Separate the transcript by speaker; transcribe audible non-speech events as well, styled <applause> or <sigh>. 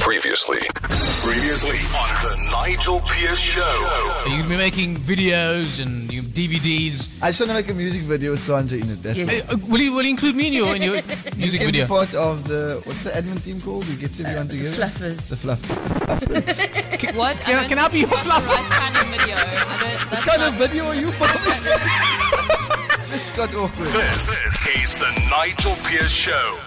Speaker 1: Previously. Previously on the Nigel Pierce Show.
Speaker 2: You're going to be making videos and you- DVDs.
Speaker 3: I just want to make a music video with Sanja in it. That's it.
Speaker 2: Uh, Will you, will you include me in your, in <laughs> your music
Speaker 3: Every
Speaker 2: video?
Speaker 3: part of the what's the admin team called? Who gets everyone together?
Speaker 4: fluffers.
Speaker 3: The fluff.
Speaker 4: What?
Speaker 2: Can I- can I be your fluffer?
Speaker 4: Right kind of video. I don't, that's
Speaker 3: kind
Speaker 4: not-
Speaker 3: of video are
Speaker 2: <laughs>
Speaker 3: you for? <laughs> just got awkward.
Speaker 1: This is the Nigel Pierce Show.